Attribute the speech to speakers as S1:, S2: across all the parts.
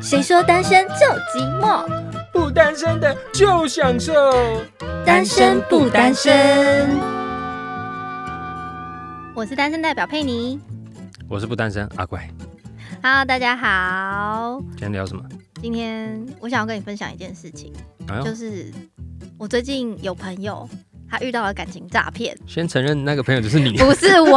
S1: 谁说单身就寂寞？
S2: 不单身的就享受。
S1: 单身不单身？我是单身代表佩妮。
S2: 我是不单身阿怪，
S1: Hello，大家好，
S2: 今天聊什么？
S1: 今天我想要跟你分享一件事情，
S2: 哎
S1: 就
S2: 呦，
S1: 是我最近有朋友他遇到了感情诈骗，
S2: 先承认那个朋友就是你。
S1: 不是我，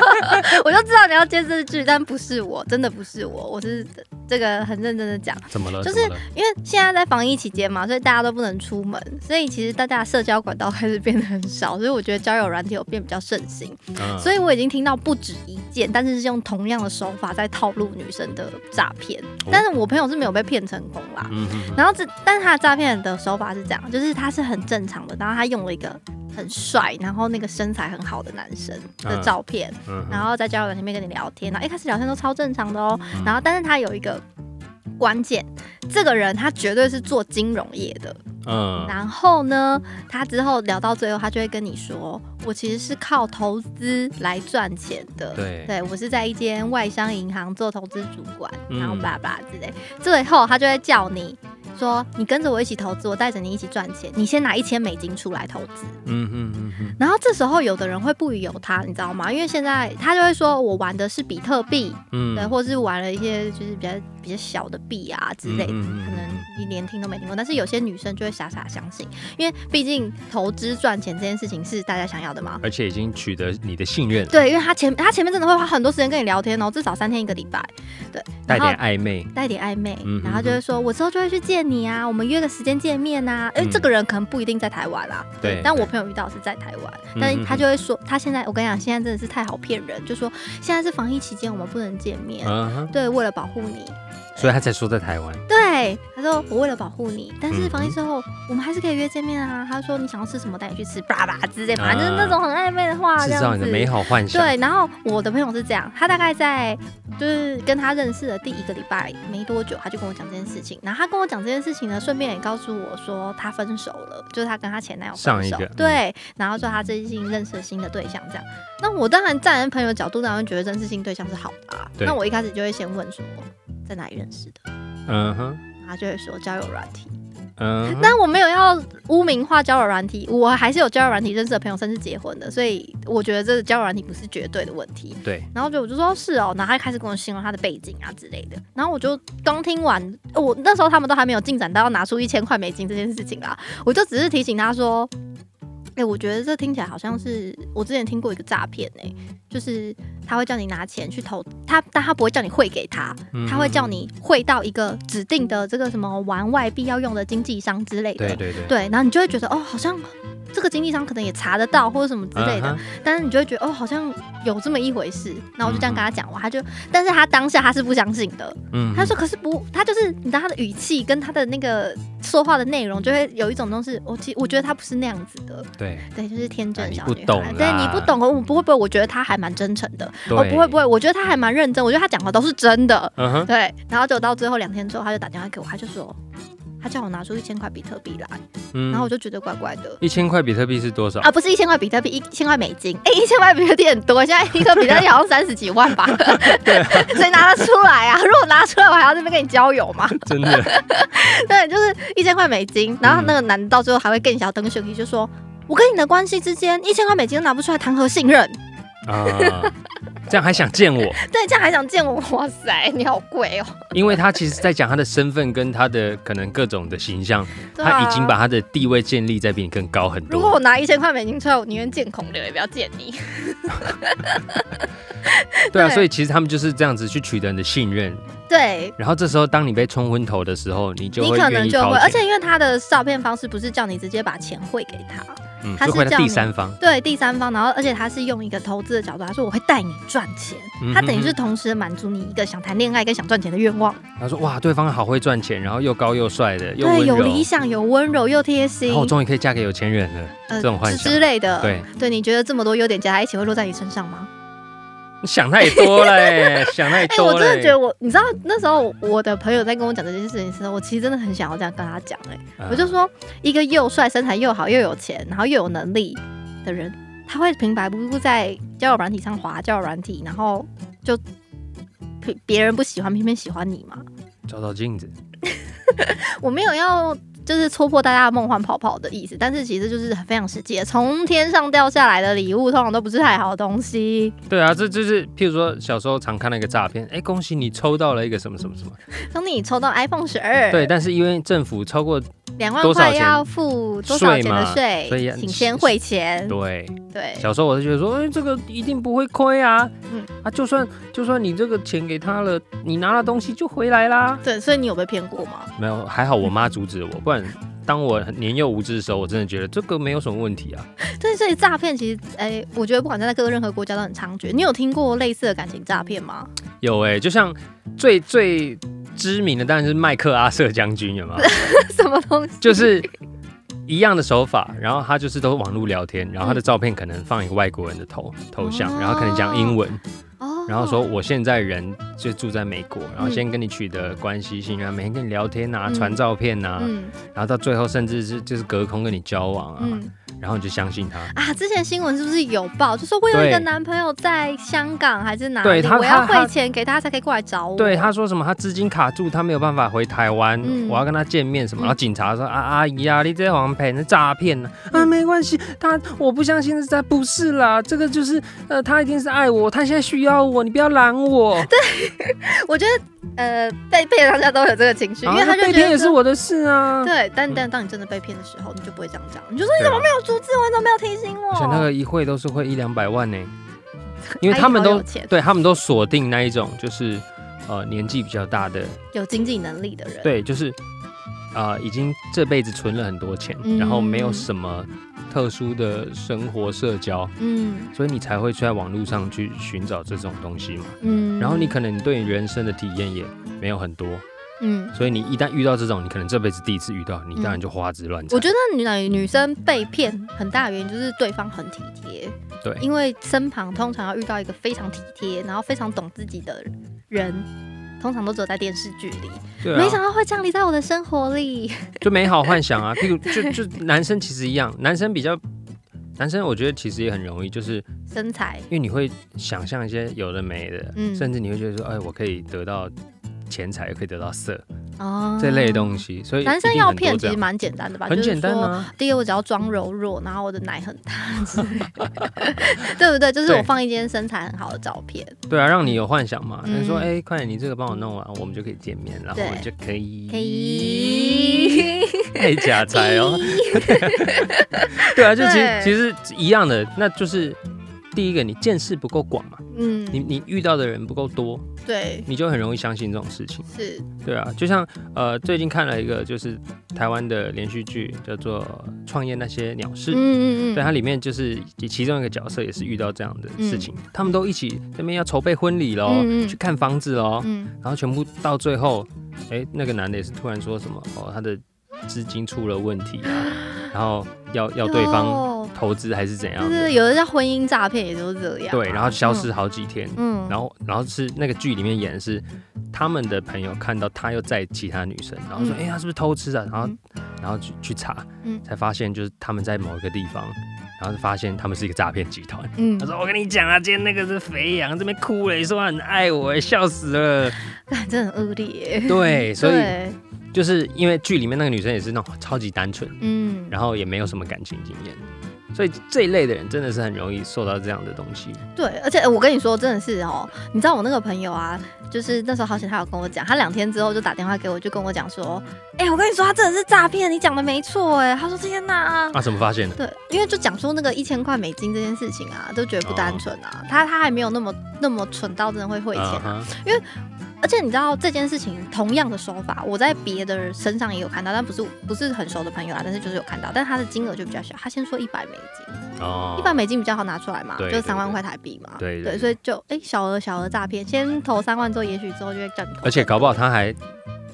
S1: 我就知道你要接这句，但不是我，真的不是我，我是这个很认真的讲。
S2: 怎么了？
S1: 就是
S2: 怎么了
S1: 因为现在在防疫期间嘛，所以大家都不能出门，所以其实大家的社交管道开始变得很少，所以我觉得交友软体有变比较盛行。
S2: 嗯
S1: 所以我已经听到不止一件，但是是用同样的手法在套路女生的诈骗
S2: 哦，
S1: 但是我朋友是没有被骗成功啦。
S2: 嗯嗯嗯
S1: 然后这，但是他的诈骗的手法是这样，就是他是很正常的，然后他用了一个很帅，然后那个身材很好的男生的
S2: 嗯
S1: 照片，
S2: 嗯
S1: 然
S2: 嗯，
S1: 后在交友软件里面跟你聊天，然后一开始聊天都超正常的哦
S2: 嗯，
S1: 然后但是他有一个关键，这个人他绝对是做金融业的，
S2: 嗯，
S1: 然后呢，他之后聊到最后，他就会跟你说，我其实是靠投资来赚钱的，
S2: 对
S1: 我是在一间外商银行做投资主管，
S2: 嗯
S1: 然后叭叭之类，最后他就会叫你。说你跟着我一起投资，我带着你一起赚钱。你先拿一千美金出来投资，
S2: 嗯嗯嗯嗯，
S1: 然后这时候有的人会不疑有他，你知道吗？因为现在他就会说我玩的是比特币，
S2: 嗯
S1: 对，或是玩了一些就是比较比较小的币啊之类的，
S2: 嗯嗯嗯嗯
S1: 可能你连听都没听过。但是有些女生就会傻傻相信，因为毕竟投资赚钱这件事情是大家想要的嘛。
S2: 而且已经取得你的信任，
S1: 对，因为他前他前面真的会花很多时间跟你聊天哦，至少三天一个礼拜，对，
S2: 带
S1: 然后
S2: 点暧昧。
S1: 带点暧昧，
S2: 嗯
S1: 然后就会说，我之后就会去见你啊，我们约个时间见面啊。因为
S2: 嗯
S1: 这个人可能不一定在台湾啦，
S2: 对
S1: 但
S2: 对
S1: 我朋友遇到是在台湾，
S2: 嗯
S1: 但
S2: 嗯
S1: 他
S2: 嗯
S1: 就会说，他现在我跟你讲，现在真的是太好骗人，就说现在是防疫期间，我们不能见面，
S2: 嗯哼，
S1: 对，为了保护你，
S2: 所以他才说在台湾。
S1: 对，他说我为了保护你，但是
S2: 嗯
S1: 防疫之后、我们还是可以约见面啊。他说你想要吃什么，带你去吃，叭叭之类，反正
S2: 啊
S1: 就是那种很暧昧的话，
S2: 制
S1: 这
S2: 造
S1: 样
S2: 你
S1: 子
S2: 的。美好幻想。
S1: 啊对，然后我的朋友是这样，他大概在就是跟他认识的第一个礼拜没多久，他就跟我讲这件事情。然后他跟我讲这件事情呢，顺便也告诉我说他分手了，就是他跟他前男友
S2: 上
S1: 分
S2: 一
S1: 手
S2: 个嗯。
S1: 对，然后说他最近认识了新的对象，这样。那我当然站在朋友的角度，当然觉得认识新对象是好的啊。
S2: 对
S1: 那我一开始就会先问说在哪里认识的。
S2: 嗯哼，
S1: 他就会说交友软体。
S2: 嗯哼，
S1: 但我没有要污名化交友软体，我还是有交友软体认识的朋友，甚至结婚的，所以我觉得这个交友软体不是绝对的问题。
S2: 对，
S1: 然后就我就说是哦，然后他开始跟我形容他的背景啊之类的，然后我就刚听完，呃我那时候他们都还没有进展到要拿出一千块美金这件事情啦，我就只是提醒他说，哎、我觉得这听起来好像是我之前听过一个诈骗哎，就是他会叫你拿钱去投他，但他不会叫你汇给他，
S2: 嗯
S1: 他会叫
S2: 嗯
S1: 你汇到一个指定的这个什么玩外币要用的经纪商之类的，
S2: 对对对，
S1: 对然后你就会觉得哦，好像这个经纪商可能也查得到或者什么之类的，
S2: 嗯哼
S1: 但是你就会觉得哦，好像有这么一回事。那我就这样跟他讲完，他就，但是他当下他是不相信的，
S2: 嗯
S1: 他说可是不，他就是你知道他的语气跟他的那个说话的内容，就会有一种东西，我其我觉得他不是那样子的，
S2: 对
S1: 对，就是天
S2: 啊
S1: 真
S2: 你
S1: 小
S2: 不
S1: 女
S2: 懂
S1: 孩，对你
S2: 啦
S1: 不懂，我不会不会，我觉得他还蛮真诚的，
S2: 对，
S1: 哦不会不，会，我觉得他还蛮认真，我觉得他讲的都是真的，
S2: 嗯哼，
S1: 对，然后就到最后两天之后，他就打电话给我，他就说，他叫我拿出一千块比特币来，
S2: 嗯，
S1: 然后我就觉得怪怪的。
S2: 一千块比特币是多少？
S1: 啊，不是一千块比特币，一千块美金。哎、一千块比特币很多，现在一个比特币好像三十几万 吧，
S2: 啊
S1: 谁拿得出来啊？如果拿出来，我还要这边跟你交友吗？
S2: 真的，
S1: 对，就是一千块美金。然后那个
S2: 嗯
S1: 男的到最后还会更小灯秀气，就说：“我跟你的关系之间，一千块美金都拿不出来谈何信任？
S2: 啊，这样还想见我？
S1: 对，这样还想见我？哇塞，你好贵哦、
S2: 因为他其实在讲他的身份跟他的可能各种的形象，
S1: 对啊
S2: 他已经把他的地位建立在比你更高很
S1: 如果
S2: 多。
S1: 我拿一千块美金出来，我宁愿见孔刘也不要见你。
S2: 对啊，
S1: 对
S2: 所以其实他们就是这样子去取得你的信任，
S1: 对，
S2: 然后这时候当你被冲昏头的时候，你就
S1: 你
S2: 会
S1: 可
S2: 愿
S1: 能
S2: 意
S1: 就
S2: 掏
S1: 会，
S2: 钱，
S1: 而且因为他的诈骗方式不是叫你直接把钱汇给他，
S2: 嗯，
S1: 他
S2: 就是回到
S1: 叫
S2: 第
S1: 你
S2: 三方，
S1: 对第三方，然后而且他是用一个投资的角度，他说我会带你赚钱，
S2: 嗯
S1: 他等于
S2: 哼
S1: 是同时满足你一个想谈恋爱跟想赚钱的愿望，
S2: 他说哇，对方好会赚钱，然后又高又帅的，又温
S1: 对，有
S2: 柔，
S1: 理想，有温柔，又贴心
S2: 然后，我终于可以嫁给有钱人了，
S1: 呃
S2: 这种幻
S1: 之
S2: 想
S1: 之类的。
S2: 对，
S1: 对，你觉得这么多优点加在一起会落在你身上吗？
S2: 你想太 多了欸，想太
S1: 哎、
S2: 多
S1: 我
S2: 了欸。
S1: 真的觉得我，你知道那时候我的朋友在跟我讲这件事情的时候，我其实真的很想要这样跟他讲、哎。
S2: 啊
S1: 我就说，一个又帅、身材又好、又有钱，然后又有能力的人，他会平白无故在交友软体上滑交友软体，然后就别别人不喜欢，偏偏喜欢你嘛。
S2: 照照镜子，
S1: 我没有要就是戳破大家的梦幻泡泡的意思，但是其实就是非常实际的，从天上掉下来的礼物通常都不是太好的东西，
S2: 对啊，这就是譬如说小时候常看那个诈骗，哎，恭喜你抽到了一个什么什么什么，
S1: 像你抽到 iPhone 十二，
S2: 对，，但是因为政府超过
S1: 两万
S2: 多少
S1: 块
S2: 钱
S1: 要付多少
S2: 税
S1: 钱的
S2: 嘛
S1: 税，
S2: 所以
S1: 请先汇钱，
S2: 对，
S1: 对，
S2: 小时候我就觉得说，哎、这个一定不会亏啊，
S1: 嗯
S2: 啊，就算就算你这个钱给他了，你拿了东西就回来啦。
S1: 对，所以你有被骗过吗？
S2: 没有，还好我妈阻止我，不然当我年幼无知的时候，我真的觉得这个没有什么问题啊。
S1: 对，所以诈骗其实，哎、我觉得不管在各个任何国家都很猖獗。你有听过类似的感情诈骗 吗？
S2: 有哎、就像最最知名的当然是麦克阿瑟将军，有吗？
S1: 什么东西？
S2: 就是一样的手法，然后他就是都是网络聊天，然后他的照片可能放一个外国人的头头像，然后可能讲英文，
S1: 哦
S2: 然后说我现在人就住在美国，然后先跟你取得关系性，然后每天跟你聊天啊，
S1: 嗯
S2: 传照片啊，
S1: 嗯
S2: 然后到最后甚至是就是隔空跟你交往啊，
S1: 嗯
S2: 然后你就相信他。
S1: 啊，之前新闻是不是有报，就说我有一个
S2: 对
S1: 男朋友在香港还是哪
S2: 对
S1: 里，
S2: 他
S1: 我要
S2: 他他
S1: 汇钱给他才可以过来找我。
S2: 对，他说什么？他资金卡住，他没有办法回台湾，
S1: 嗯
S2: 我要跟他见面什么？
S1: 嗯
S2: 然后警察说：“啊，阿姨啊，你这好像赔那诈骗呢。”啊，没关系，他我不相信是他不是啦，这个就是呃，他一定是爱我，他现在需要我，你不要拦我。
S1: 我觉得呃被骗大家都有这个情绪，因为
S2: 啊
S1: 他就
S2: 被
S1: 觉
S2: 骗
S1: 得
S2: 也是
S1: 说
S2: 我的事啊。
S1: 对，但
S2: 嗯啊
S1: 但当你真的被骗的时候，你就不会这样讲，你就说你怎么没有阻止我，你怎么没有提醒我？
S2: 而且那个一会都是会一两百万呢、因为他们
S1: 阿姨好
S2: 都
S1: 有钱
S2: 对他们都锁定那一种，就是呃年纪比较大的，
S1: 有经济能力的人，
S2: 对，就是啊、呃已经这辈子存了很多钱，
S1: 嗯
S2: 然后没有什么特殊的生活社交，
S1: 嗯
S2: 所以你才会在网络上去寻找这种东西嘛。
S1: 嗯，
S2: 然后你可能对你人生的体验也没有很多，
S1: 嗯。
S2: 所以你一旦遇到这种，你可能这辈子第一次遇到，你当然就花枝乱颤。
S1: 我觉得女女生被骗很大的原因就是对方很体贴，
S2: 对
S1: 因为身旁通常要遇到一个非常体贴，然后非常懂自己的人，通常都只有在电视剧里。
S2: 对啊
S1: 没想到会降临在我的生活里。
S2: 就美好幻想啊。譬如就就男生其实一样，男生比较，男生我觉得其实也很容易，就是
S1: 身材，
S2: 因为你会想象一些有的没的，
S1: 嗯
S2: 甚至你会觉得说，哎，我可以得到钱财，可以得到色
S1: 哦，
S2: 这类的东西，所以
S1: 男生
S2: 一定
S1: 要
S2: 很多
S1: 骗
S2: 这
S1: 其
S2: 样
S1: 实蛮简单的吧，
S2: 很简单
S1: 就是说
S2: 啊，
S1: 第一，我只要装柔弱，然后我的奶很大之类的， 对不对？就是我
S2: 对
S1: 放一间身材很好的照片，
S2: 对啊，让你有幻想嘛。
S1: 嗯
S2: 你说，哎，快点，你这个帮我弄完，我们就可以见面，然后
S1: 对
S2: 我们就可以
S1: 可，以。
S2: 哎，假财 哦，对啊，就其实
S1: 对
S2: 其实一样的，那就是第一个，你见识不够广嘛，你
S1: 嗯，
S2: 你遇到的人不够多，
S1: 对，
S2: 你就很容易相信这种事情，
S1: 是，
S2: 对啊，就像呃，最近看了一个就是台湾的连续剧，叫做《创业那些鸟事》，
S1: 嗯
S2: 对，它啊里面就是其中一个角色也是遇到这样的事情，他们都一起那边要筹备婚礼喽，
S1: 嗯嗯
S2: 去看房子喽，
S1: 嗯，
S2: 然后全部到最后，哎、那个男的也是突然说什么哦，他的资金出了问 题啊，然后要要对方
S1: 哟
S2: 投资还是怎样
S1: 哦就
S2: 的
S1: 是，有的叫婚姻诈骗，也就是这样啊。
S2: 对，然后消失好几天，
S1: 嗯，嗯，
S2: 然后然后是那个剧里面演的是他们的朋友看到他又载其他女生，然后说
S1: 嗯
S2: 哎、诶他是不是偷吃啊？然后、
S1: 嗯
S2: 然后去去查，
S1: 嗯
S2: 才发现就是他们在某一个地方，然后就发现他们是一个诈骗集团。
S1: 嗯
S2: 他，说：“我跟你讲啊，今天那个是肥羊，这边哭了，说他很爱我，笑死 了。
S1: 哎真的很恶劣”。
S2: 对，所以
S1: 对，
S2: 就是因为剧里面那个女生也是那种超级单纯，
S1: 嗯，
S2: 然后也没有什么感情经验，所以这一类的人真的是很容易受到这样的东西。
S1: 对，而且我跟你说，真的是哦，你知道我那个朋友啊，就是那时候好险他有跟我讲，他两天之后就打电话给我，就跟我讲说，哎、我跟你说，他真的是诈骗，你讲的没错，哎，他说天哪、
S2: 啊，怎么发现的？
S1: 对，因为就讲说那个一千块美金这件事情啊，都觉得不
S2: 哦
S1: 单纯啊，他他还没有那么那么蠢到真的会汇钱啊、
S2: 啊哈
S1: 而且你知道这件事情同样的手法，我在别的人身上也有看到，但不是不是很熟的朋友啊，但是就是有看到，但他的金额就比较小，他先说一百美金，
S2: 哦
S1: 一百美金比较好拿出来嘛，
S2: 对
S1: 就
S2: 对
S1: 三万
S2: 对
S1: 块台币嘛，
S2: 对对对
S1: 所以就哎、小额小额诈骗，先投三万之后，也许之后就会挣，
S2: 而且搞不好他还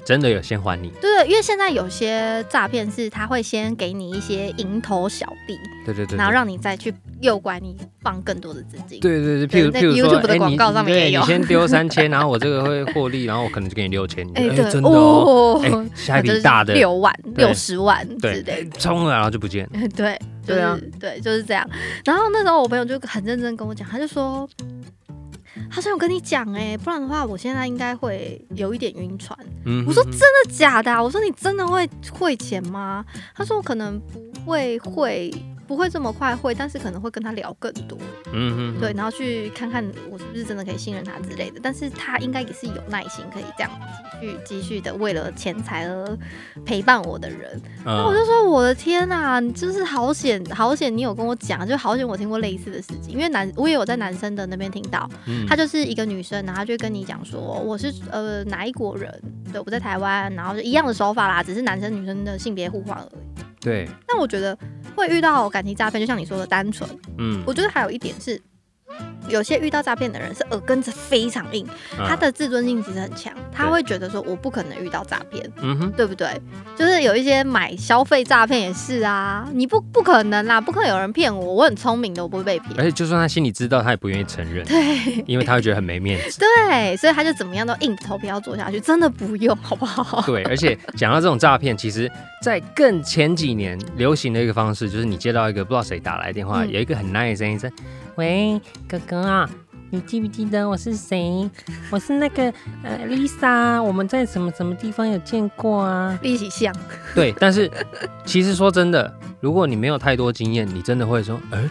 S2: 真的有先还你。
S1: 对对，因为现在有些诈骗是他会先给你一些蝇头小利，
S2: 对对对
S1: 然后让你再去诱拐你放更多的资金，
S2: 对对对，譬如
S1: 对
S2: 譬如说，
S1: 那 YouTube 的
S2: 哎
S1: 广
S2: 你
S1: 告上面也
S2: 对
S1: 有
S2: 你先丢三千，然后我这个会获利，然后我可能就给你 六千。你就
S1: 哎、
S2: 哎
S1: 对，
S2: 真的哦，哎，下
S1: 那
S2: 一
S1: 就是
S2: 笔大的，
S1: 六嗯万、
S2: 对
S1: 六十万之
S2: 对，
S1: 类
S2: 哎
S1: 的。
S2: 冲了然后就不见了。
S1: 对，就是
S2: 对啊
S1: 对，就是这样。然后那时候我朋友就很认真跟我讲，他就说。他说我跟你讲哎、不然的话我现在应该会有一点晕船。
S2: 嗯，
S1: 我说
S2: 真
S1: 真的假的、啊？我说你真的会汇钱吗？他说我可能不会汇，不会这么快汇，但是可能会跟他聊更多，
S2: 嗯嗯，
S1: 对，然后去看看我是不是真的可以信任他之类的。但是他应该也是有耐心，可以这样继续继续的为了钱财而陪伴我的人。
S2: 嗯，
S1: 那我就说我的天呐、你就是好险，好险！你有跟我讲，就好险我听过类似的事情，因为男我也有在男生的那边听到，
S2: 嗯
S1: 她就是一个女生，然后她就跟你讲说我是呃哪一国人，对，我在台湾，然后就一样的手法啦，只是男生女生的性别互换而已。
S2: 对，
S1: 但我觉得会遇到感情诈骗，就像你说的单纯，
S2: 嗯，
S1: 我觉得还有一点是，有些遇到诈骗的人是耳根子非常硬，他
S2: 嗯
S1: 的自尊心其实很强，他
S2: 对
S1: 会觉得说我不可能遇到诈骗，
S2: 嗯哼，
S1: 对不对？就是有一些买消费诈骗也是啊，你不不可能啦，不可能有人骗我，我很聪明的，我不会被骗。
S2: 而且就算他心里知道，他也不愿意承认，
S1: 对
S2: 因为他会觉得很没面子。
S1: 对，所以他就怎么样都硬着头皮要做下去，真的不用，好不好？
S2: 对，而且讲到这种诈骗，其实，在更前几年流行的一个方式，就是你接到一个不知道谁打来电话，
S1: 嗯
S2: 有一个很 nice 的声音说：“喂，哥哥啊，你记不记得我是谁？我是那个呃 Lisa，我们在什么什么地方有见过啊
S1: 一起像，？”
S2: 对，但是其实说真的，如果你没有太多经验，你真的会说：“哎、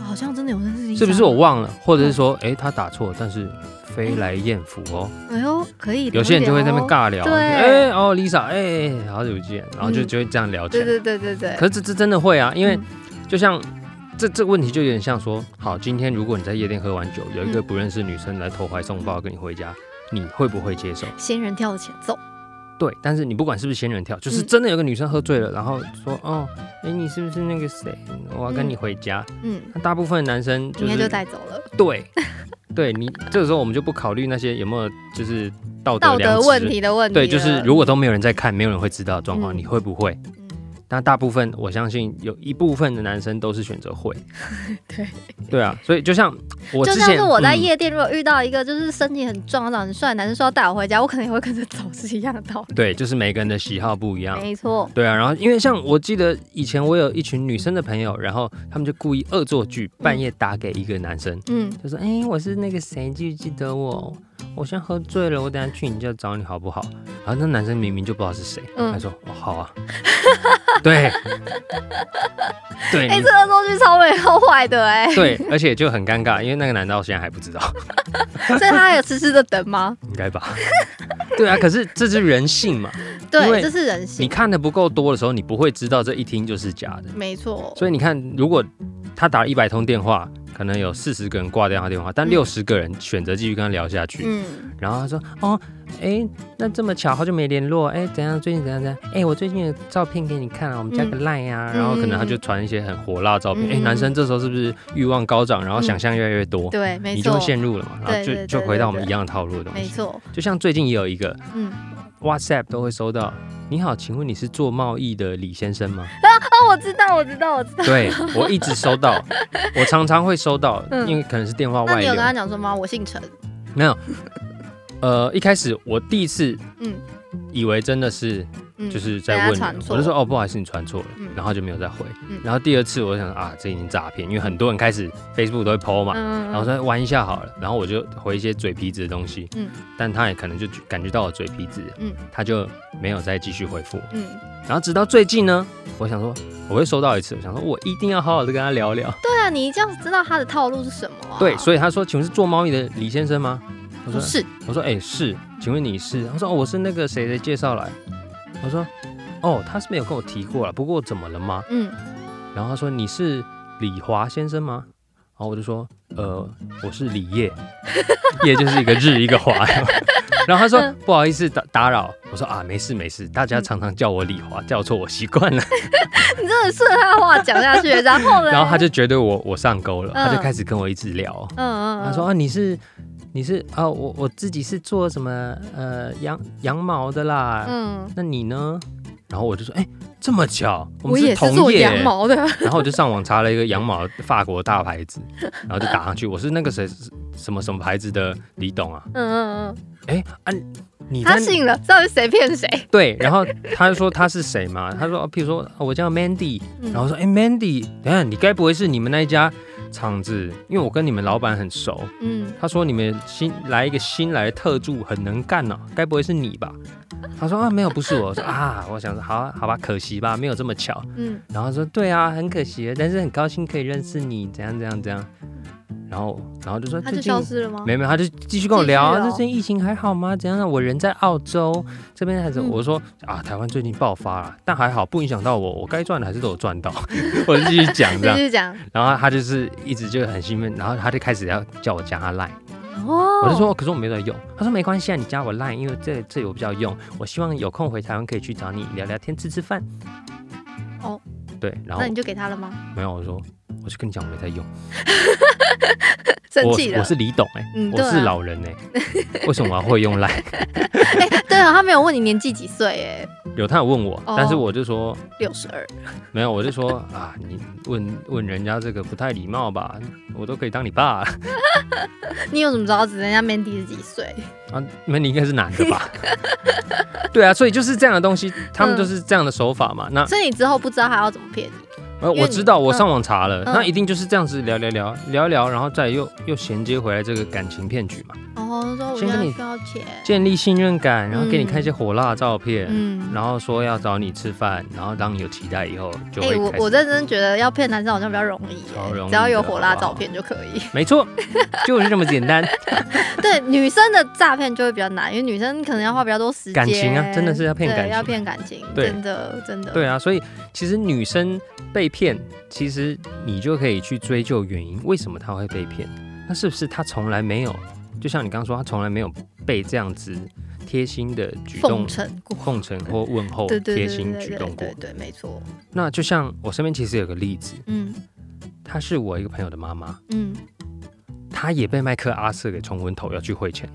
S1: 好像真的有认识一下
S2: 是不是我？忘了？”或者是说：“哎、他打错，但是飞来艳福哦。”
S1: 哎呦，可以，哦
S2: 有些人就会在那边。尬聊，
S1: 对
S2: 哎、哦，Lisa，哎、好久不见，然后就
S1: 嗯
S2: 就会这样聊起
S1: 对
S2: 来。
S1: 对对对对，
S2: 可是这这真的会啊，因为
S1: 嗯
S2: 就像这这个问题就有点像说，好，今天如果你在夜店喝完酒，有一个
S1: 嗯
S2: 不认识的女生来投怀送抱跟你回家，你会不会接受？
S1: 仙人跳的前奏，
S2: 对，但是你不管是不是仙人跳，就是
S1: 嗯
S2: 真的有个女生喝醉了，然后说，哦，哎、你是不是那个谁？我要跟你回家。
S1: 嗯，
S2: 那大部分的男生就
S1: 应该
S2: 是
S1: 就带走了。
S2: 对， 对你这个时候我们就不考虑那些有没有就是道德
S1: 道德
S2: 良知
S1: 问嗯题的问题了，
S2: 对，就是如果都没有人在看，没有人会知道的状况，
S1: 嗯
S2: 你会不会？
S1: 嗯
S2: 那大部分我相信有一部分的男生都是选择会。
S1: 对
S2: 对啊，所以就像我
S1: 就
S2: 之
S1: 像
S2: 前
S1: 是我在
S2: 嗯
S1: 夜店，如果遇到一个就是身体很壮、长得很帅的男生说要带我回家，我可能也会跟着走，是一样的道理。
S2: 对，就是每个人的喜好不一样。
S1: 没错，
S2: 对啊，然后因为像我记得以前我有一群女生的朋友，然后他们就故意恶作剧，半夜打给一个男生，
S1: 嗯，
S2: 就说：“哎、我是那个谁，记不记得我？我现在喝醉了，我等下去你家找你好不好？”然后那男生明明就不知道是谁，
S1: 嗯
S2: 他说：“哦，好啊。” 对， 对，
S1: 哎、
S2: 你
S1: 这恶作剧超美超坏的哎、
S2: 对，而且就很尴尬，因为那个男的到现在还不知道，
S1: 所以他还有痴痴的等吗？
S2: 应该吧？对啊，可是这是人性嘛， 因为
S1: 对，这是人
S2: 你
S1: 性，
S2: 看的不够多的时候，你不会知道这一听就是假的。
S1: 没错。
S2: 所以你看，如果他打了一百通电话，可能有四十个人挂掉他电话，但
S1: 嗯
S2: 六十个人选择继续跟他聊下去。
S1: 嗯，
S2: 然后他说：“哦，哎，那这么巧，好久没联络，哎，怎样？最近怎样怎样？哎，我最近有照片给你看啊，我们加个 line 啊。
S1: 嗯
S2: 然后可能他就传一些很火辣的照片。哎、
S1: 嗯
S2: 男生这时候是不是欲望高涨，然后
S1: 嗯
S2: 想象越来越多？
S1: 对，没
S2: 你就会
S1: 错，
S2: 陷入了嘛，然后
S1: 对
S2: 就
S1: 对对
S2: 就回到我们
S1: 对
S2: 一
S1: 对
S2: 样的套路的东
S1: 没
S2: 西。
S1: 错，
S2: 就像最近也有一个
S1: 嗯。
S2: WhatsApp 都会收到，你好，请问你是做贸易的李先生吗？
S1: 哦，我知道，我知道，我知道。
S2: 对我一直收到，我常常会收到，
S1: 嗯
S2: 因为可能是电话
S1: 那
S2: 外
S1: 你有
S2: 流
S1: 跟。他讲说吗？我姓陈。
S2: 没有，呃，一开始我第一次
S1: 嗯
S2: 以为真的是
S1: 嗯，
S2: 就是在
S1: 被
S2: 问
S1: 他传
S2: 你，
S1: 错
S2: 我就说哦不好意思你传错了
S1: 嗯，
S2: 然后就没有再回
S1: 嗯。
S2: 然后第二次我就想啊这已经诈骗，因为很多人开始 Facebook 都会 PO 嘛，
S1: 嗯，
S2: 然后说玩一下好了，然后我就回一些嘴皮子的东西，
S1: 嗯
S2: 但他也可能就感觉到我嘴皮子，
S1: 嗯
S2: 他就没有再继续回复我。
S1: 嗯，
S2: 然后直到最近呢，我想说我会收到一次，我想说我一定要好好的跟他聊聊。
S1: 对啊，你这样子知道他的套路是什么啊？
S2: 对，所以他说，请问是做贸易的李先生吗？我
S1: 不
S2: 说，
S1: 是，
S2: 我说，哎、是，请问你是？他说，哦，我是那个谁谁介绍来。我说，哦，他是没有跟我提过了，不过怎么了吗？
S1: 嗯，
S2: 然后他说你是李华先生吗？然后我就说，呃，我是李烨， 烨就是一个日一个华。 然后他说
S1: 嗯
S2: 不好意思打打扰，我说啊没事没事，大家常常叫我李华，叫错我习惯了。
S1: 你真的顺着他的话讲下去，然后呢？
S2: 然后他就觉得我我上钩了，
S1: 啊嗯
S2: 他就开始跟我一直聊。
S1: 嗯，嗯嗯，
S2: 他说啊你是你是啊我我自己是做什么呃羊羊毛的啦，
S1: 嗯，
S2: 那你呢？然后我就说哎、这么巧，
S1: 我
S2: 我们
S1: 也是
S2: 同
S1: 做
S2: 业欸
S1: 羊。毛 的，
S2: 然后我就上网查了一个羊毛法国大牌子，然后就打上去，我是那个谁什么什么牌子的李董啊，
S1: 嗯嗯嗯，
S2: 哎啊你在
S1: 他信了，知道是谁骗谁。
S2: 对，然后他就说他哦是谁嘛，他说譬如说我叫 Mandy，
S1: 嗯
S2: 然后说，哎、m a n d y 等一下你该不会是你们那一家厂子，因为我跟你们老板很熟，
S1: 嗯，
S2: 他说你们新来一个新来的特助很能干呢、该不会是你吧？他说啊没有不是我，我说啊我想说好啊好吧可惜吧没有这么巧，
S1: 嗯，
S2: 然后说对啊很可惜，但是很高兴可以认识你怎样怎样怎样，然后然后就说
S1: 他
S2: 最
S1: 就
S2: 近
S1: 消失了吗？
S2: 没有没有，他就继续跟我
S1: 继续
S2: 聊啊，
S1: 聊
S2: 最近疫情还好吗？怎样啊？我人在澳洲这边还是、
S1: 嗯
S2: 我说啊，台湾最近爆发了，但还好不影响到我，我该赚的还是都有 赚到，我就继续讲这
S1: 就
S2: 样。
S1: 是讲
S2: 然后他就是一直就很兴奋，然后他就开始要叫我加他 line，、
S1: 哦，
S2: 我就说可是我没有在用，他说没关系啊，你加我 line，因为这这我比较用，我希望有空回台湾可以去找你聊聊天、吃吃饭。
S1: 哦，
S2: 对，然后
S1: 那你就给他了吗？
S2: 没有我说。我就跟你讲，我没在用。
S1: 生
S2: 我
S1: 气
S2: 我
S1: 了，
S2: 是李董哎、
S1: 嗯
S2: 我
S1: 对啊
S2: 是老人哎、为什么我要会用 Line？
S1: 哎，对啊，他没有问你年纪几岁，哎，
S2: 有他有问我，
S1: 哦
S2: 但是我就说
S1: 六十二，
S2: 没有，我就说啊，你问问人家这个不太礼貌吧？我都可以当你爸啊
S1: 你有什么招子？人家 Mandy 是几岁？
S2: 啊那你应该是男的 吧？对啊，所以就是这样的东西，他们就是这样的手法嘛。那
S1: 所以你之后不知道他要怎么骗你，
S2: 呃，
S1: 嗯因为
S2: 我知道，
S1: 你
S2: 我上网查了，
S1: 嗯
S2: 那一定就是这样子聊聊聊聊聊，然后再又又衔接回来这个感情骗局嘛，
S1: 然后哦说我
S2: 先
S1: 现
S2: 跟
S1: 在
S2: 你
S1: 需要钱，
S2: 建立信任感，然后给你
S1: 嗯
S2: 看一些火辣的照片。
S1: 嗯。
S2: 然后说要找你吃饭，然后当你有期待以后，就
S1: 哎、
S2: 会
S1: 我
S2: 开始
S1: 我认真觉得要骗男生好像比较容易耶，
S2: 超容易
S1: 只要有
S2: 的
S1: 火辣
S2: 好不好
S1: 照片就可以。
S2: 没错， 就是这么简单。
S1: 对，女生的诈骗就会比较难，因为女生可能要花比较多时间。
S2: 感情啊真的是要骗
S1: 对
S2: 感情
S1: 要骗感情，
S2: 对
S1: 真的真的。
S2: 对啊，所以其实女生被骗，其实你就可以去追究原因，为什么她会被骗？那是不是她从来没有？就像你刚刚说，她从来没有被这样子贴心的举动
S1: 奉、承过，
S2: 奉承或问候、
S1: 对对
S2: 贴
S1: 对
S2: 心
S1: 对
S2: 举
S1: 对
S2: 动过
S1: 对。对，没错。
S2: 那就像我身边其实有个例子，
S1: 嗯
S2: 她是我一个朋友的妈妈，
S1: 嗯，
S2: 她也被麦克阿瑟给冲昏头，要去汇钱，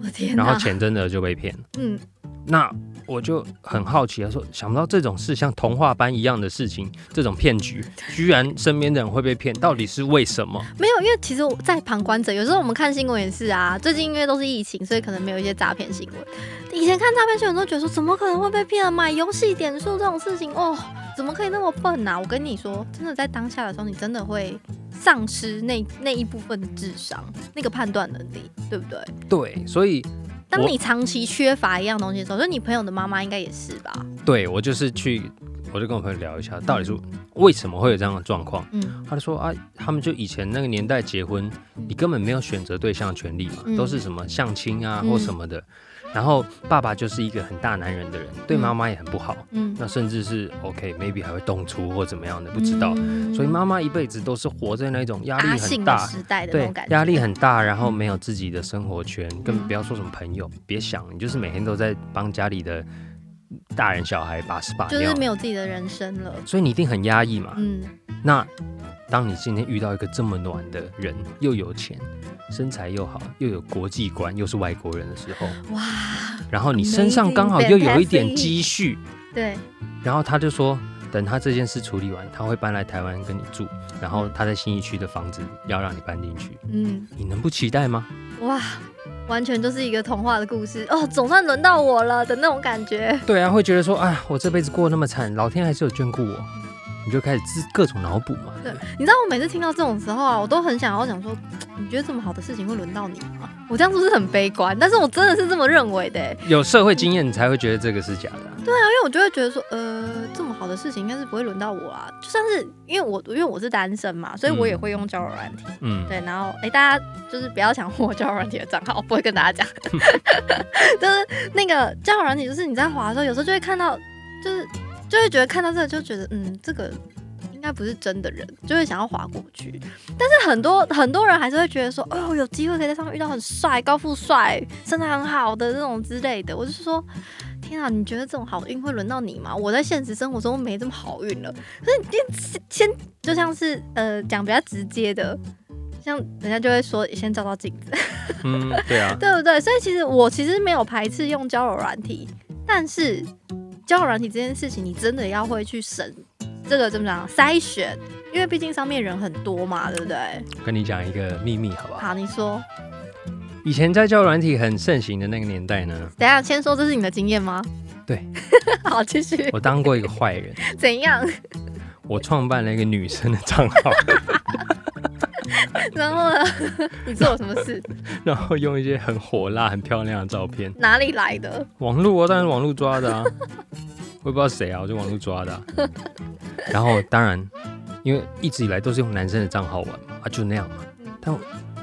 S1: 我的天
S2: 然后
S1: 哪！
S2: 钱真的就被骗了。
S1: 嗯，
S2: 那我就很好奇啊，说想不到这种事像童话般一样的事情，这种骗局，居然身边的人会被骗，到底是为什么？
S1: 没有，因为其实我在旁观者，有时候我们看新闻也是啊。最近因为都是疫情，所以可能没有一些诈骗新闻。以前看诈骗新闻都觉得说，怎么可能会被骗啊？买游戏点数这种事情，哦，怎么可以那么笨啊？我跟你说，真的在当下的时候，你真的会丧失那那一部分的智商，那个判断能力，对不对？
S2: 对，所以
S1: 当
S2: 我
S1: 你长期缺乏一样东西的时候，就你朋友的妈妈应该也是吧？
S2: 对我就是去，我就跟我朋友聊一下，到底是为什么会有这样的状况。
S1: 嗯，
S2: 他就说啊，他们就以前那个年代结婚，你根本没有选择对象的权利嘛，
S1: 嗯
S2: 都是什么相亲啊
S1: 嗯
S2: 或什么的。然后爸爸就是一个很大男人的人，对
S1: 嗯
S2: 妈妈也很不好，
S1: 嗯，
S2: 那甚至是 OK maybe 还会动粗或怎么样的，不知道。
S1: 嗯
S2: 所以妈妈一辈子都是活在那种压
S1: 阿
S2: 力
S1: 信嗯的
S2: 很大，
S1: 时代的那
S2: 对
S1: 种感，觉，嗯
S2: 压力很大，然后没有自己的生活圈，更不要说什么朋友，别想，你就是每天都在帮家里的大人小孩把屎把
S1: 就是
S2: 尿，
S1: 没有自己的人生了。
S2: 所以你一定很压抑嘛。
S1: 嗯，
S2: 那当你今天遇到一个这么暖的人，又有钱，身材又好，又有国际观，又是外国人的时候，
S1: 哇，
S2: 然后你身上刚好又有一点
S1: Amazing，
S2: 积蓄，
S1: 对，
S2: 然后他就说，等他这件事处理完，他会搬来台湾跟你住，然后他在新一区的房子要让你搬进去，
S1: 嗯，
S2: 你能不期待吗？
S1: 哇，完全就是一个童话的故事哦，总算轮到我了的那种感觉。
S2: 对啊，会觉得说，哎，我这辈子过那么惨，老天还是有眷顾我，你就开始自各种脑补嘛。
S1: 对，你知道我每次听到这种时候啊，我都很想要想说，你觉得这么好的事情会轮到你吗？我这样是不是很悲观？但是我真的是这么认为的欸，
S2: 有社会经验，你才会觉得这个是假的啊、
S1: 因为我就会觉得说，呃，这么好的事情应该是不会轮到我啊。就算是因为我因为我是单身嘛，所以我也会用交友软体。
S2: 嗯，
S1: 对，然后哎、诶大家就是不要想我交友软体的账号，我不会跟大家讲。就是那个交友软体，就是你在滑的时候，有时候就会看到，就是就会觉得看到这个就觉得，嗯，这个应该不是真的人，就会想要滑过去。但是很多很多人还是会觉得说，哦，有机会可以在上面遇到很帅、高富帅、身材很好的这种之类的。我就是说。天啊，你觉得这种好运会轮到你吗？我在现实生活中没这么好运了。可是你先先就像是呃讲比较直接的，像人家就会说先照照镜子，
S2: 嗯，对啊，
S1: 对不对？所以其实我其实没有排斥用交友软体，但是交友软体这件事情，你真的要会去审这个怎么讲筛选，因为毕竟上面人很多嘛，对不对？
S2: 跟你讲一个秘密，好不 好？
S1: 好，你说，
S2: 以前在交友软体很盛行的那个年代呢，
S1: 等一下先说这是你的经验吗？
S2: 对，
S1: 好，继续，
S2: 我当过一个坏人，
S1: 怎样？
S2: 我创办了一个女生的账号，
S1: 然后呢？你做了什么事？
S2: 然后用一些很火辣、很漂亮的照片，
S1: 哪里来的？
S2: 网络
S1: 嗯
S2: 啊，当然是网络抓 的啊，我也不知道谁啊，我就网络抓的啊、然后当然，因为一直以来都是用男生的账号玩嘛，啊就那样嘛。
S1: 嗯
S2: 但我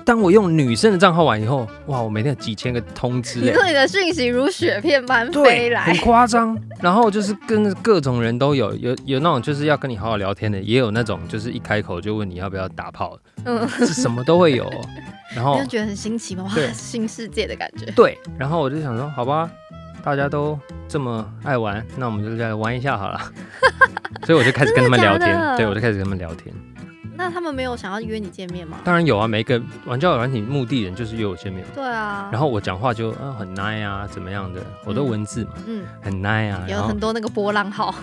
S2: 当我用女生的账号玩以后，哇，我每天有几千个通 知
S1: 你
S2: 哎、
S1: 说你的讯息如雪片般飞
S2: 对，
S1: 来
S2: 很，夸张。然后就是跟各种人都有，有有那种就是要跟你好好聊天的，也有那种就是一开口就问你要不要打炮，
S1: 嗯，
S2: 是什么都会有哦。然后
S1: 你就觉得很新奇吗？哇
S2: 对，
S1: 新世界的感觉。
S2: 对，然后我就想说，好吧，大家都这么爱玩，那我们就再来玩一 下好了。所以我就开始跟他们聊
S1: 真的假
S2: 天，
S1: 的
S2: 对我就开始跟他们聊天。
S1: 那他们没有想要约你见面吗？
S2: 当然有啊，每一个玩交友软体目的人就是约我见面嘛。
S1: 对啊，
S2: 然后我讲话就嗯、很 nice 啊，怎么样的，我都
S1: 嗯
S2: 文字嘛，
S1: 嗯，
S2: 很 nice 啊，然
S1: 有
S2: 后
S1: 很多那个波浪号，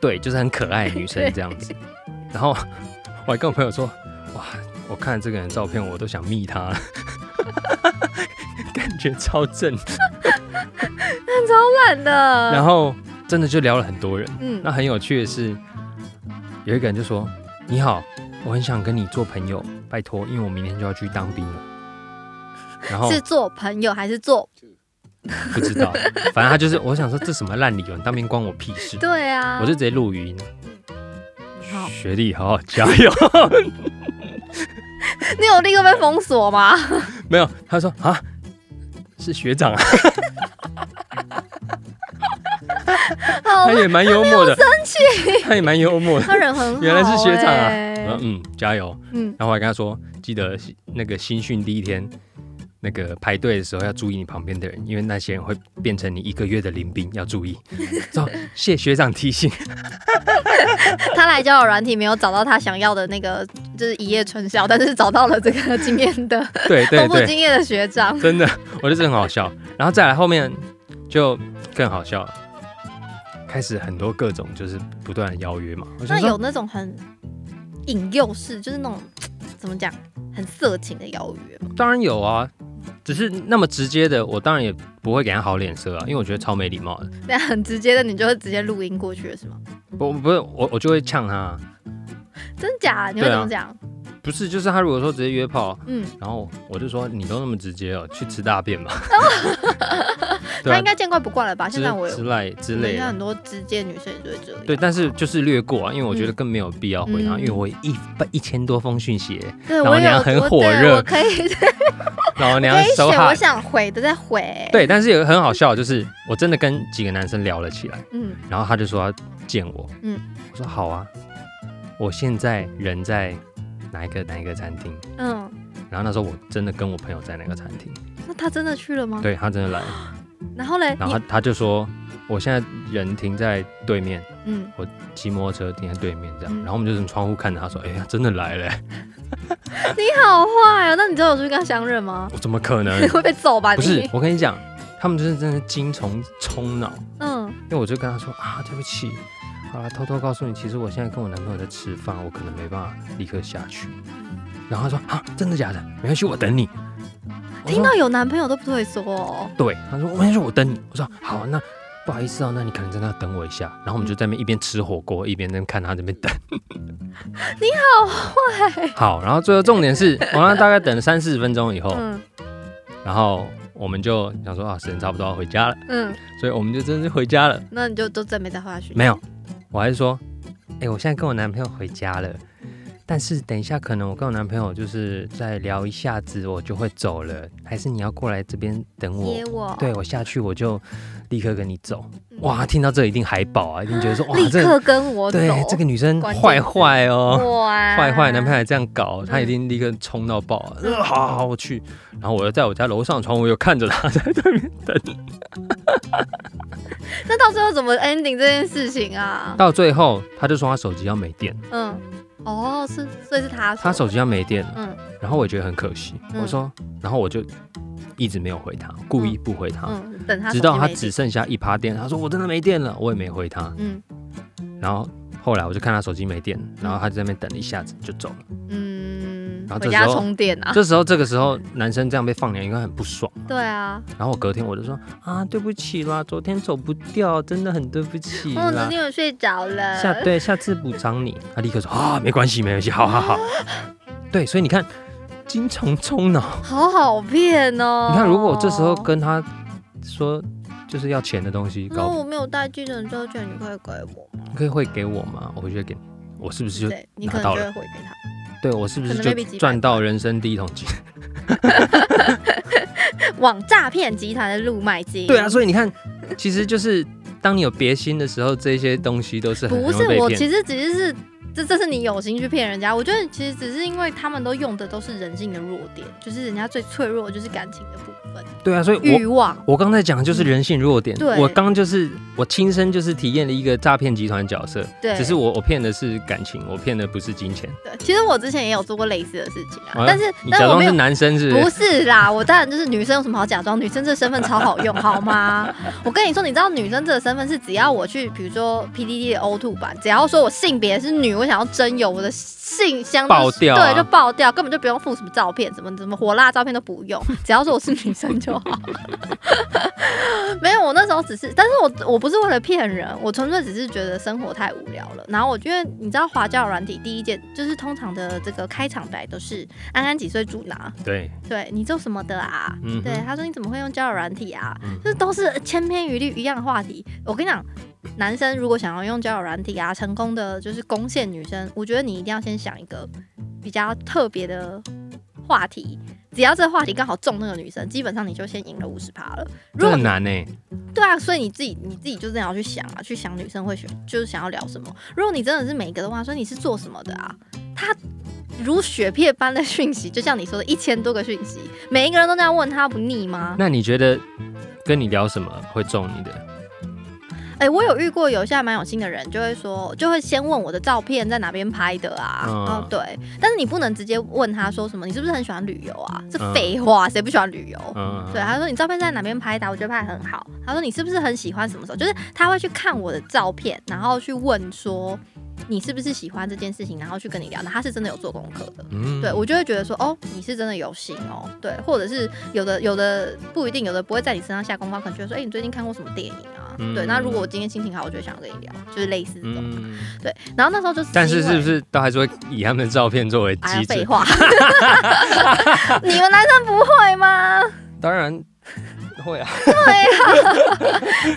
S2: 对，就是很可爱的女生这样 子。然后我还跟我朋友说，哇，我看了这个人的照片，我都想密他 了，感觉超正。
S1: 烂的。
S2: 然后真的就聊了很多人。
S1: 嗯
S2: 那，很有趣的是，有一个人就说：“你好，我很想跟你做朋友，拜托，因为我明天就要去当兵了。”然后
S1: 是做朋友还是做？
S2: 不知道，反正他就是，我想说这什么烂理由，你当兵关我屁事，
S1: 对啊，
S2: 我就直接录语音。
S1: 你好，
S2: 学弟，好好加油。
S1: 你有立刻被封锁吗？
S2: 没有，他说啊，是学长啊，
S1: 好哦
S2: 他，也蛮幽默的，生气， 他也蛮幽默的。
S1: 他人很好、
S2: 原来是学长啊我说
S1: 啊。
S2: 嗯，加油。
S1: 嗯，
S2: 然后我还跟他说，记得那个新训第一天，那个排队的时候要注意你旁边的人，因为那些人会变成你一个月的临兵，要 注意。说谢学长提醒，
S1: 他来交友软体没有找到他想要的那个，就是一夜春宵，但是找到了这个经验的
S2: 对对
S1: 丰富
S2: 对，
S1: 经验的学长。
S2: 真的，我觉得这很好笑。然后再来后面就更好笑了。开始很多各种就是不断的邀约嘛，我就
S1: 那有
S2: 说
S1: 那种很引诱式，就是那种怎么讲，很色情的邀约吗？
S2: 当然有啊，只是那么直接的，我当然也不会给他好脸色啊，因为我觉得超没礼貌的。
S1: 那很直接的，你就会直接录音过去了，是吗？
S2: 不不是我我就会呛他啊，
S1: 真假？你会
S2: 对
S1: 怎
S2: 啊
S1: 么讲？
S2: 不是就是他如果说直接约炮，
S1: 嗯，
S2: 然后我就说你都那么直接哦，去吃大 便吧。对
S1: 他
S2: 啊
S1: 应，该见怪不怪了吧？
S2: 之
S1: 现在我有
S2: 之类之
S1: 我
S2: 类
S1: 应该
S2: 的。
S1: 很多直接女生也就会这样。
S2: 对，但是就是略过啊，因为我觉得
S1: 嗯
S2: 更没有必要回他，
S1: 嗯
S2: 因为我一百一千多封讯息耶，
S1: 对
S2: 老
S1: 我也有
S2: 娘很
S1: 我
S2: 火
S1: 对
S2: 热
S1: 我可 以可
S2: 老娘
S1: 以写
S2: 手
S1: 我
S2: 海。
S1: 想回的再回。，
S2: 对，但是有个很好笑的，就是我真的跟几个男生聊了起来，
S1: 嗯，
S2: 然后他就说要见我，嗯
S1: 嗯，
S2: 我说好啊，我现在人在哪一个哪一个餐厅，
S1: 嗯，
S2: 然后那时候我真的跟我朋友在那个餐厅，
S1: 那他真的去了吗？
S2: 对他真的来了，
S1: 然后嘞，
S2: 然后
S1: 你
S2: 他他就说我现在人停在对面，
S1: 嗯，
S2: 骑摩托车停在对面这样，
S1: 嗯
S2: 然后我们就从窗户看着他说：“哎呀，真的来了、
S1: 你好坏啊！那你知道我去跟他相认吗？
S2: 我怎么可 能
S1: 你？会被揍吧？
S2: 嗯不是
S1: 你，，
S2: 我跟你讲，他们就是真的精虫充脑，
S1: 嗯，
S2: 因为我就跟他说啊，对不起，好了，偷偷告诉你，其实我现在跟我男朋友在吃饭，我可能没办法立刻下去。然后他说啊，真的假的？没关系，我等你。我
S1: 听
S2: 说
S1: 到有男朋友都不退缩哦。
S2: 对，他说没关系，我等你。我说好，那不好意思哦，那你可能真的要等我一下。然后我们就在那边一边吃火锅，一边在那边看他这边等。
S1: 你
S2: 好坏。好，然后最后重点是，我让他大概等了三四十分钟以后，
S1: 嗯
S2: 然后我们就想说啊，时间差不多要回家了，
S1: 嗯，
S2: 所以我们就真的是回家了。
S1: 那你就都再没再喝下去。
S2: 没有，我还是说，哎、我现在跟我男朋友回家了，但是等一下可能我跟我男朋友就是再聊一下子，我就会走了，还是你要过来这边等我
S1: 接？我，
S2: 对我下去我就立刻跟你走。
S1: 嗯
S2: 哇，，听到这一定海宝啊，一定觉 得说哇，
S1: 立
S2: 这个
S1: 刻跟我走。
S2: 对这个女生
S1: 关键
S2: 坏坏哦，
S1: 哇，
S2: 坏坏，男朋友还这样搞，他一
S1: 嗯
S2: 定立刻冲到爆啊！呃 好好好，我去。然后我又在我家楼上的窗户又看着他 在对面等。
S1: 那到最后怎么 ending 这件事情啊？
S2: 到最后，他就说他手机要没电，
S1: 嗯，哦，是，所以是他
S2: 他手机要没电了。
S1: 嗯
S2: 然后我也觉得很可惜，
S1: 嗯
S2: 我说，然后我就一直没有回他，故意不回他，
S1: 嗯，等他
S2: 直到他
S1: 手机
S2: 只剩下一趴电，他说我真的没电了，我也没回他。
S1: 没电
S2: 然后后来我就看他手机没电，
S1: 嗯
S2: 然后他就在那边等了一下子就走了。
S1: 嗯嗯，
S2: 然后这
S1: 回家
S2: 时候
S1: 充电啊，
S2: 这时候这个时候男生这样被放鸟应该很不爽，
S1: 对啊，
S2: 然后我隔天我就说啊对不起啦，昨天走不掉，真的很对不起
S1: 哦我昨
S2: 啦。
S1: 天我睡着了，
S2: 啊下对下次补偿你，他立刻说啊没关系没关系，好好好，对，所以你看，经常冲脑。
S1: 好好骗哦。
S2: 你看，如果这时候跟他说就是要钱的东西，
S1: 那
S2: 搞
S1: 我没有带计程车券，你可以给我吗？
S2: 你可以会给我吗？我回去给你，我是不是就
S1: 对，你
S2: 拿
S1: 可能
S2: 到
S1: 就
S2: 了
S1: 会回给他。
S2: 对我是不是
S1: 可能
S2: 就
S1: maybe 几百
S2: 赚到
S1: 块
S2: 人生第一桶金？
S1: 往诈骗集团的路迈进。
S2: 对啊，所以你看，其实就是当你有别心的时候，这些东西都是很
S1: 不
S2: 容易
S1: 是
S2: 被
S1: 我，
S2: 骗
S1: 其实只是是这这是你有心去骗人家。我觉得其实只是因为他们都用的都是人性的弱点，就是人家最脆弱的就是感情的部分，
S2: 对啊，所以我
S1: 欲望。
S2: 我刚才讲的就是人性弱点，
S1: 对
S2: 我刚就是我亲身就是体验了一个诈骗集团角色，
S1: 对，
S2: 只是我我骗的是感情，我骗的不是金钱。
S1: 对其实我之前也有做过类似的事情啊，
S2: 啊
S1: 但是
S2: 你
S1: 但
S2: 假
S1: 是我
S2: 装
S1: 没
S2: 是
S1: 有。
S2: 男生是不
S1: 不
S2: 是？
S1: 是啦，我当然就是女生有什么好假装？女生这身份超好用，好 吗？我跟你说，你知道女生这个身份是，只要我去，比如说 P D D 的 O two 版，只要说我性别是女，我想要真有我的性相
S2: 爆掉啊
S1: 对，就爆掉，根本就不用附什么照片，什么什么火辣照片都不用，只要说我是女生就好。没有，我那时候只是，但是我我不是为了骗人，我纯粹只是觉得生活太无聊了。然后我觉得，你知道华教软体第一件就是通常的这个开场白都是安安几岁住哪，
S2: 对，
S1: 对你做什么的啊？
S2: 嗯哼
S1: 对，他说你怎么会用交友软体啊？
S2: 嗯
S1: 这都是千篇一律一样的话题。我跟你讲，男生如果想要用交友软体啊，成功的就是攻陷女生，我觉得你一定要先想一个比较特别的话题。只要这话题刚好中那个女生，基本上你就先赢了五十趴了。如
S2: 这
S1: 果
S2: 很
S1: 你
S2: 难呢、欸
S1: 对啊，所以你自己你自己就真的要去想啊，去想女生会选就是想要聊什么。如果你真的是每个的话，说你是做什么的啊？他如雪片般的讯息，就像你说的一千多个讯息，每一个人都这样问他，不腻吗？
S2: 那你觉得跟你聊什么会中你的？
S1: 哎、我有遇过有一些还蛮有心的人，就会说，就会先问我的照片在哪边拍的啊，
S2: 嗯
S1: 哦对，但是你不能直接问他说什么，你是不是很喜欢旅游啊？这
S2: 嗯
S1: 废话，谁不喜欢旅游？
S2: 嗯，
S1: 对，他说你照片在哪边拍的啊？我觉得拍的很好。他说你是不是很喜欢什么时候？就是他会去看我的照片，然后去问说你是不是喜欢这件事情，然后去跟你聊。那他是真的有做功课的。
S2: 嗯
S1: 对，我就会觉得说，哦，你是真的有心哦，对，或者是有的有的不一定，有的不会在你身上下功夫，可能觉得说，哎、你最近看过什么电影啊？
S2: 嗯
S1: 对，那如果我今天心情好，我就会想要跟你聊，就是类似这种。
S2: 嗯，
S1: 对，然后那时候就是，
S2: 但是是不？是都还是会以他们的照片作为
S1: 哎呀
S2: 基，
S1: 废
S2: 准？
S1: 话， 你们男生不会吗？
S2: 当然会啊，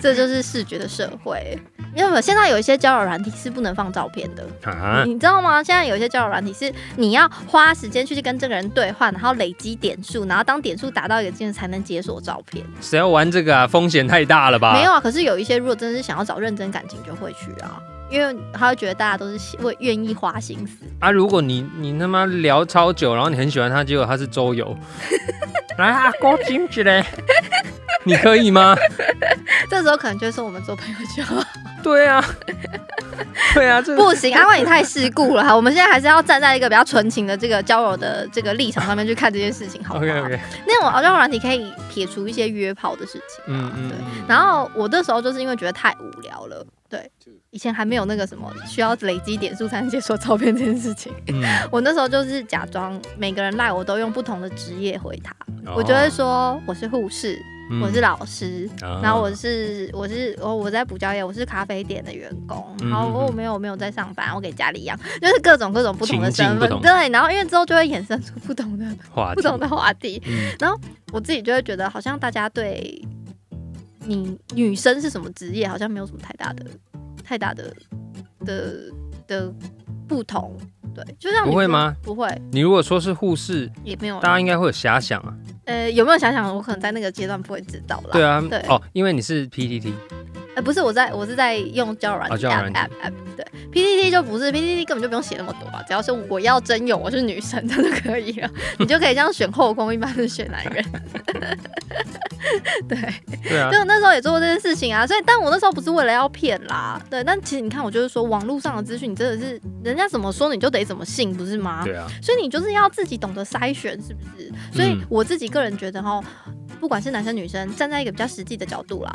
S1: 这就是视觉的社会。因为现在有一些交友软体是不能放照片的，
S2: 啊，
S1: 你知道吗？现在有一些交友软体是你要花时间去跟这个人对话，然后累积点数，然后当点数达到一个境界才能解锁照片。
S2: 谁要玩这个啊？风险太大了吧？
S1: 没有啊，可是有一些如果真的是想要找认真感情，就会去啊，因为他会觉得大家都是会愿意花心思。
S2: 啊，如果你你他妈聊超久，然后你很喜欢他，结果他是周游，来啊，高金子嘞，你可以吗？
S1: 这时候可能就会说我们做朋友就好。
S2: 对啊， 对啊，这
S1: 不行，阿万你太世故了哈。我们现在还是要站在一个比较纯情的这个交友的这个立场上面去看这件事情，好不好
S2: OK OK，
S1: 那种交友软体可以撇除一些约炮的事情、啊，
S2: 嗯嗯
S1: 对。
S2: 嗯，
S1: 然后我那时候就是因为觉得太无聊了，对，以前还没有那个什么需要累积点数才能解锁照片这件事情，
S2: 嗯
S1: 我那时候就是假装每个人赖我都用不同的职业回他，我就会，说我是护士，
S2: 哦嗯
S1: 我是，老师，
S2: 啊
S1: 然后我是我是我我在补教业，我是咖啡店的员工，
S2: 嗯
S1: 然后
S2: 嗯
S1: 我
S2: 嗯
S1: 我没有我没有在上班，我给家里养，就是各种各种不同的
S2: 情境
S1: 身
S2: 不
S1: 份，
S2: 同
S1: 对，然后因为之后就会衍生出不同的
S2: 话
S1: 不
S2: 题，
S1: 同的话题，
S2: 嗯
S1: 我自己就会觉得好像大家对你女生是什么职业好像没有什么太大的太大的的的不同，对，就像你
S2: 不会
S1: 说
S2: 吗？
S1: 不会，
S2: 你如果说是护士，
S1: 也没有
S2: 大。家应该会有遐想啊，
S1: 呃，有没有想想我可能在那个阶段不会知道啦？
S2: 对啊
S1: 对，
S2: 哦，因为你是 PPT，
S1: 呃，不是，我在我是在用交友软
S2: 哦
S1: 体
S2: 交友
S1: app
S2: 软体
S1: app app，对，PPT 就不是 PPT 根本就不用写那么多啊，只要是我要真有我是女生，这样就可以了， 你就可以这样选后宫，一般是选男人， 对，
S2: 对啊，
S1: 就那时候也做过这件事情啊，所以但我那时候不是为了要骗啦，对，但其实你看，我就是说网络上的资讯，你真的是人家怎么说你就得怎么信，不是吗？
S2: 对啊，
S1: 所以你就是要自己懂得筛选，是不是？所以
S2: 嗯
S1: 我自己个人觉得哈，不管是男生女生，站在一个比较实际的角度啦，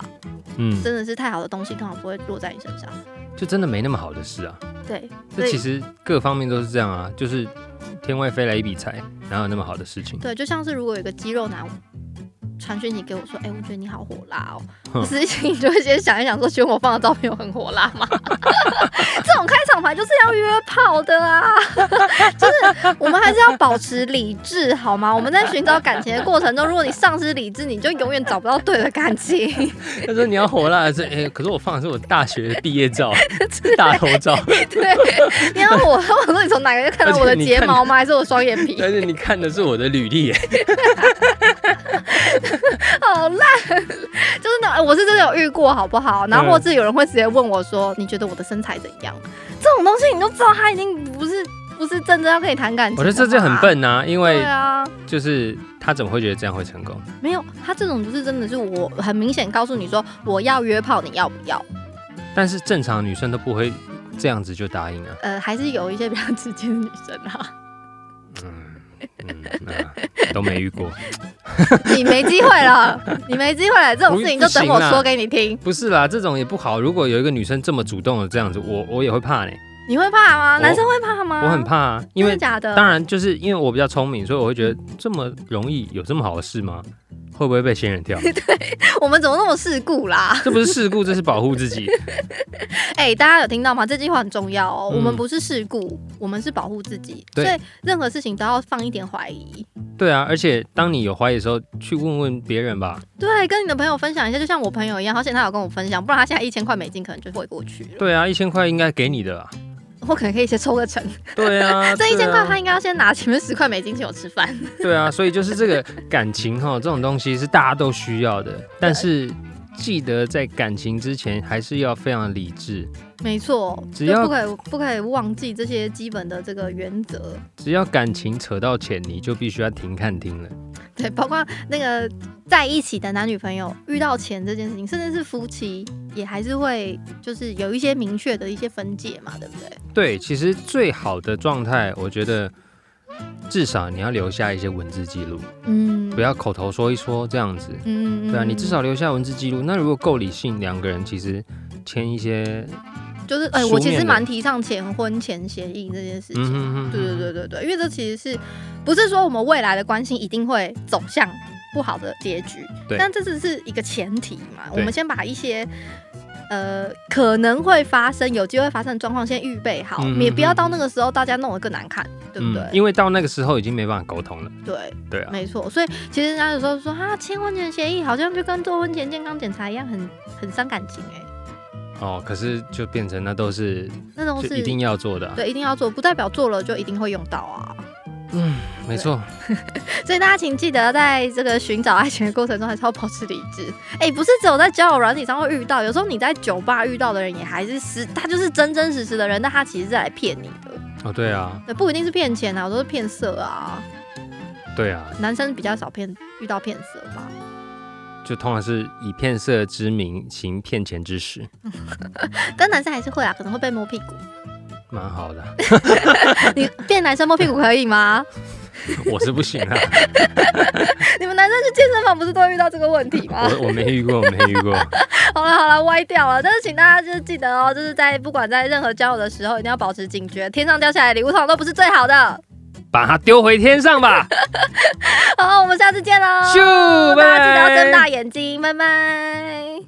S2: 嗯，
S1: 真的是太好的东西，通常不会落在你身上。
S2: 就真的没那么好的事啊，
S1: 对，所
S2: 这其
S1: 以
S2: 实各方面都是这样啊，就是天外飞来一笔财，哪有那么好的事情？
S1: 对，就像是如果有一个肌肉男传讯息给我说，哎、我觉得你好火辣哦，
S2: 哼
S1: 我实际心里就会先想一想说，觉得我放的照片有很火辣吗？这种开场来就是要约炮的啊，就是我们还是要保持理智好吗？我们在寻找感情的过程中，如果你丧失理智，你就永远找不到对的感情。
S2: 他说你要火辣， 这哎、可是我放的是我大学毕业 照、大头照，
S1: 对，你要我，我说你从哪个看到我的睫毛吗？还是我双眼皮？
S2: 但是你看的是我的履历欸 耶，
S1: 好烂， 就是那哎我是真的有遇过，好不
S2: 嗯
S1: 好？然后或是有人会直接问我说，你觉得我的身材怎样？这种东西你都知道，他已经不是不是真正要跟你谈感情。
S2: 我觉得这就很。笨呐、因
S1: 对
S2: 为
S1: 啊，
S2: 就是他怎么会觉得这样会成功？
S1: 没有他这种就是真的是我很明显告诉你说我要约炮，你要不要？
S2: 但是正常女生都不会这样子就答应啊。
S1: 呃，还是有一些比较直接的女生啊，
S2: 嗯嗯，啊都没遇过。
S1: 你没机会了，你没机会了，这种事情就等
S2: 不
S1: 我
S2: 行啦
S1: 说给你听。
S2: 不是啦，这种也不好。如果有一个女生这么主动的这样子，我我也会怕呢、
S1: 你会怕吗？
S2: 我
S1: 男生会怕吗？
S2: 我很，怕、啊，因
S1: 真的
S2: 为
S1: 假的？
S2: 当然就是因为我比较聪明，所以我会觉得这么容易有这么好的事吗？会不会被仙人跳？
S1: 我们怎么那么世故啦？
S2: 这不是事故，这是保护自己。
S1: 哎、大家有听到吗？这句话很重要哦。
S2: 嗯
S1: 我们不是事故，我们是保护自己，所
S2: 对
S1: 以任何事情都要放一点怀疑。
S2: 对啊，而且当你有怀疑的时候，去问问别人吧。
S1: 对，跟你的朋友分享一下，就像我朋友一样，好险他有跟我分享，不然他现在一千块美金可能就汇过去了，
S2: 对啊，一千块应该给你的啊。
S1: 我可能可以先抽个成。
S2: 对啊，
S1: 这一千
S2: 对啊
S1: 块他应该要先拿前面十块美金请我吃饭。
S2: 对啊，所以就是这个感情哈，这种东西是大家都需要的，但是记得在感情之前还是要非常理智。
S1: 没错，
S2: 只
S1: 就
S2: 要
S1: 不可以不可以忘记这些基本的这个原则。
S2: 只要感情扯到钱，你就必须要停看停了。
S1: 对，包括那个在一起的男女朋友遇到钱这件事情，甚至是夫妻，也还是会就是有一些明确的一些分界嘛，对不对？
S2: 对，其实最好的状态，我觉得至少你要留下一些文字记录，
S1: 嗯，
S2: 不要口头说一说这样子。
S1: 嗯，嗯，
S2: 对啊，你
S1: 嗯
S2: 至少留下文字记录。那如果够理性，两个人其实签一些，
S1: 就是哎、
S2: 书
S1: 我其
S2: 面
S1: 实
S2: 的
S1: 蛮提倡前婚前协议这件事
S2: 嗯
S1: 情。
S2: 哼哼哼
S1: 对对对对对，因为这其实是不是说我们未来的关系一定会走向不好的结局？
S2: 对
S1: 但这只是一个前提嘛，我
S2: 对
S1: 们先把一些。呃，可能会发生、有机会发生的状况，先预备好，
S2: 嗯
S1: 也不要
S2: 嗯
S1: 到那个时候大家弄得更难看，对不对？
S2: 嗯，因为到那个时候已经没办法沟通了。
S1: 对，
S2: 对啊，
S1: 没错。所以其实人家有时候说啊，签婚前协议好像就跟做婚前健康检查一样，很很伤感情哎、
S2: 哦，可是就变成那都是
S1: 那种
S2: 就是一定要做的、啊。
S1: 对，一定要做，不代表做了就一定会用到啊。
S2: 嗯，没错。
S1: 所以大家请记得，在这个寻找爱情的过程中，还是要保持理智。哎、不是只有在交友软体上会遇到，有时候你在酒吧遇到的人，也还是实，他就是真真实实的人，但他其实是来骗你的。
S2: 哦，对啊，
S1: 对，不一定是骗钱啊，我都是骗色啊。
S2: 对啊，
S1: 男生比较少骗遇到骗色吧。
S2: 就通常是以骗色之名行骗钱之实，
S1: 但男生还是会啊，可能会被摸屁股。
S2: 蛮好的。啊
S1: 你变男生摸屁股可以吗？
S2: 我是不行啊，
S1: 你们男生去健身房不是都会遇到这个问题吗？
S2: 我我没遇过，我没遇过。
S1: 好了好了，歪掉了。但是请大家就是记得哦，就是在不管在任何交友的时候，一定要保持警觉。天上掉下来的礼物通常都不是最好的。
S2: 把它丢回天上吧。
S1: 好，我们下次见喽。
S2: 咻，
S1: 大家记得要睁
S2: 拜
S1: 大眼睛，拜拜。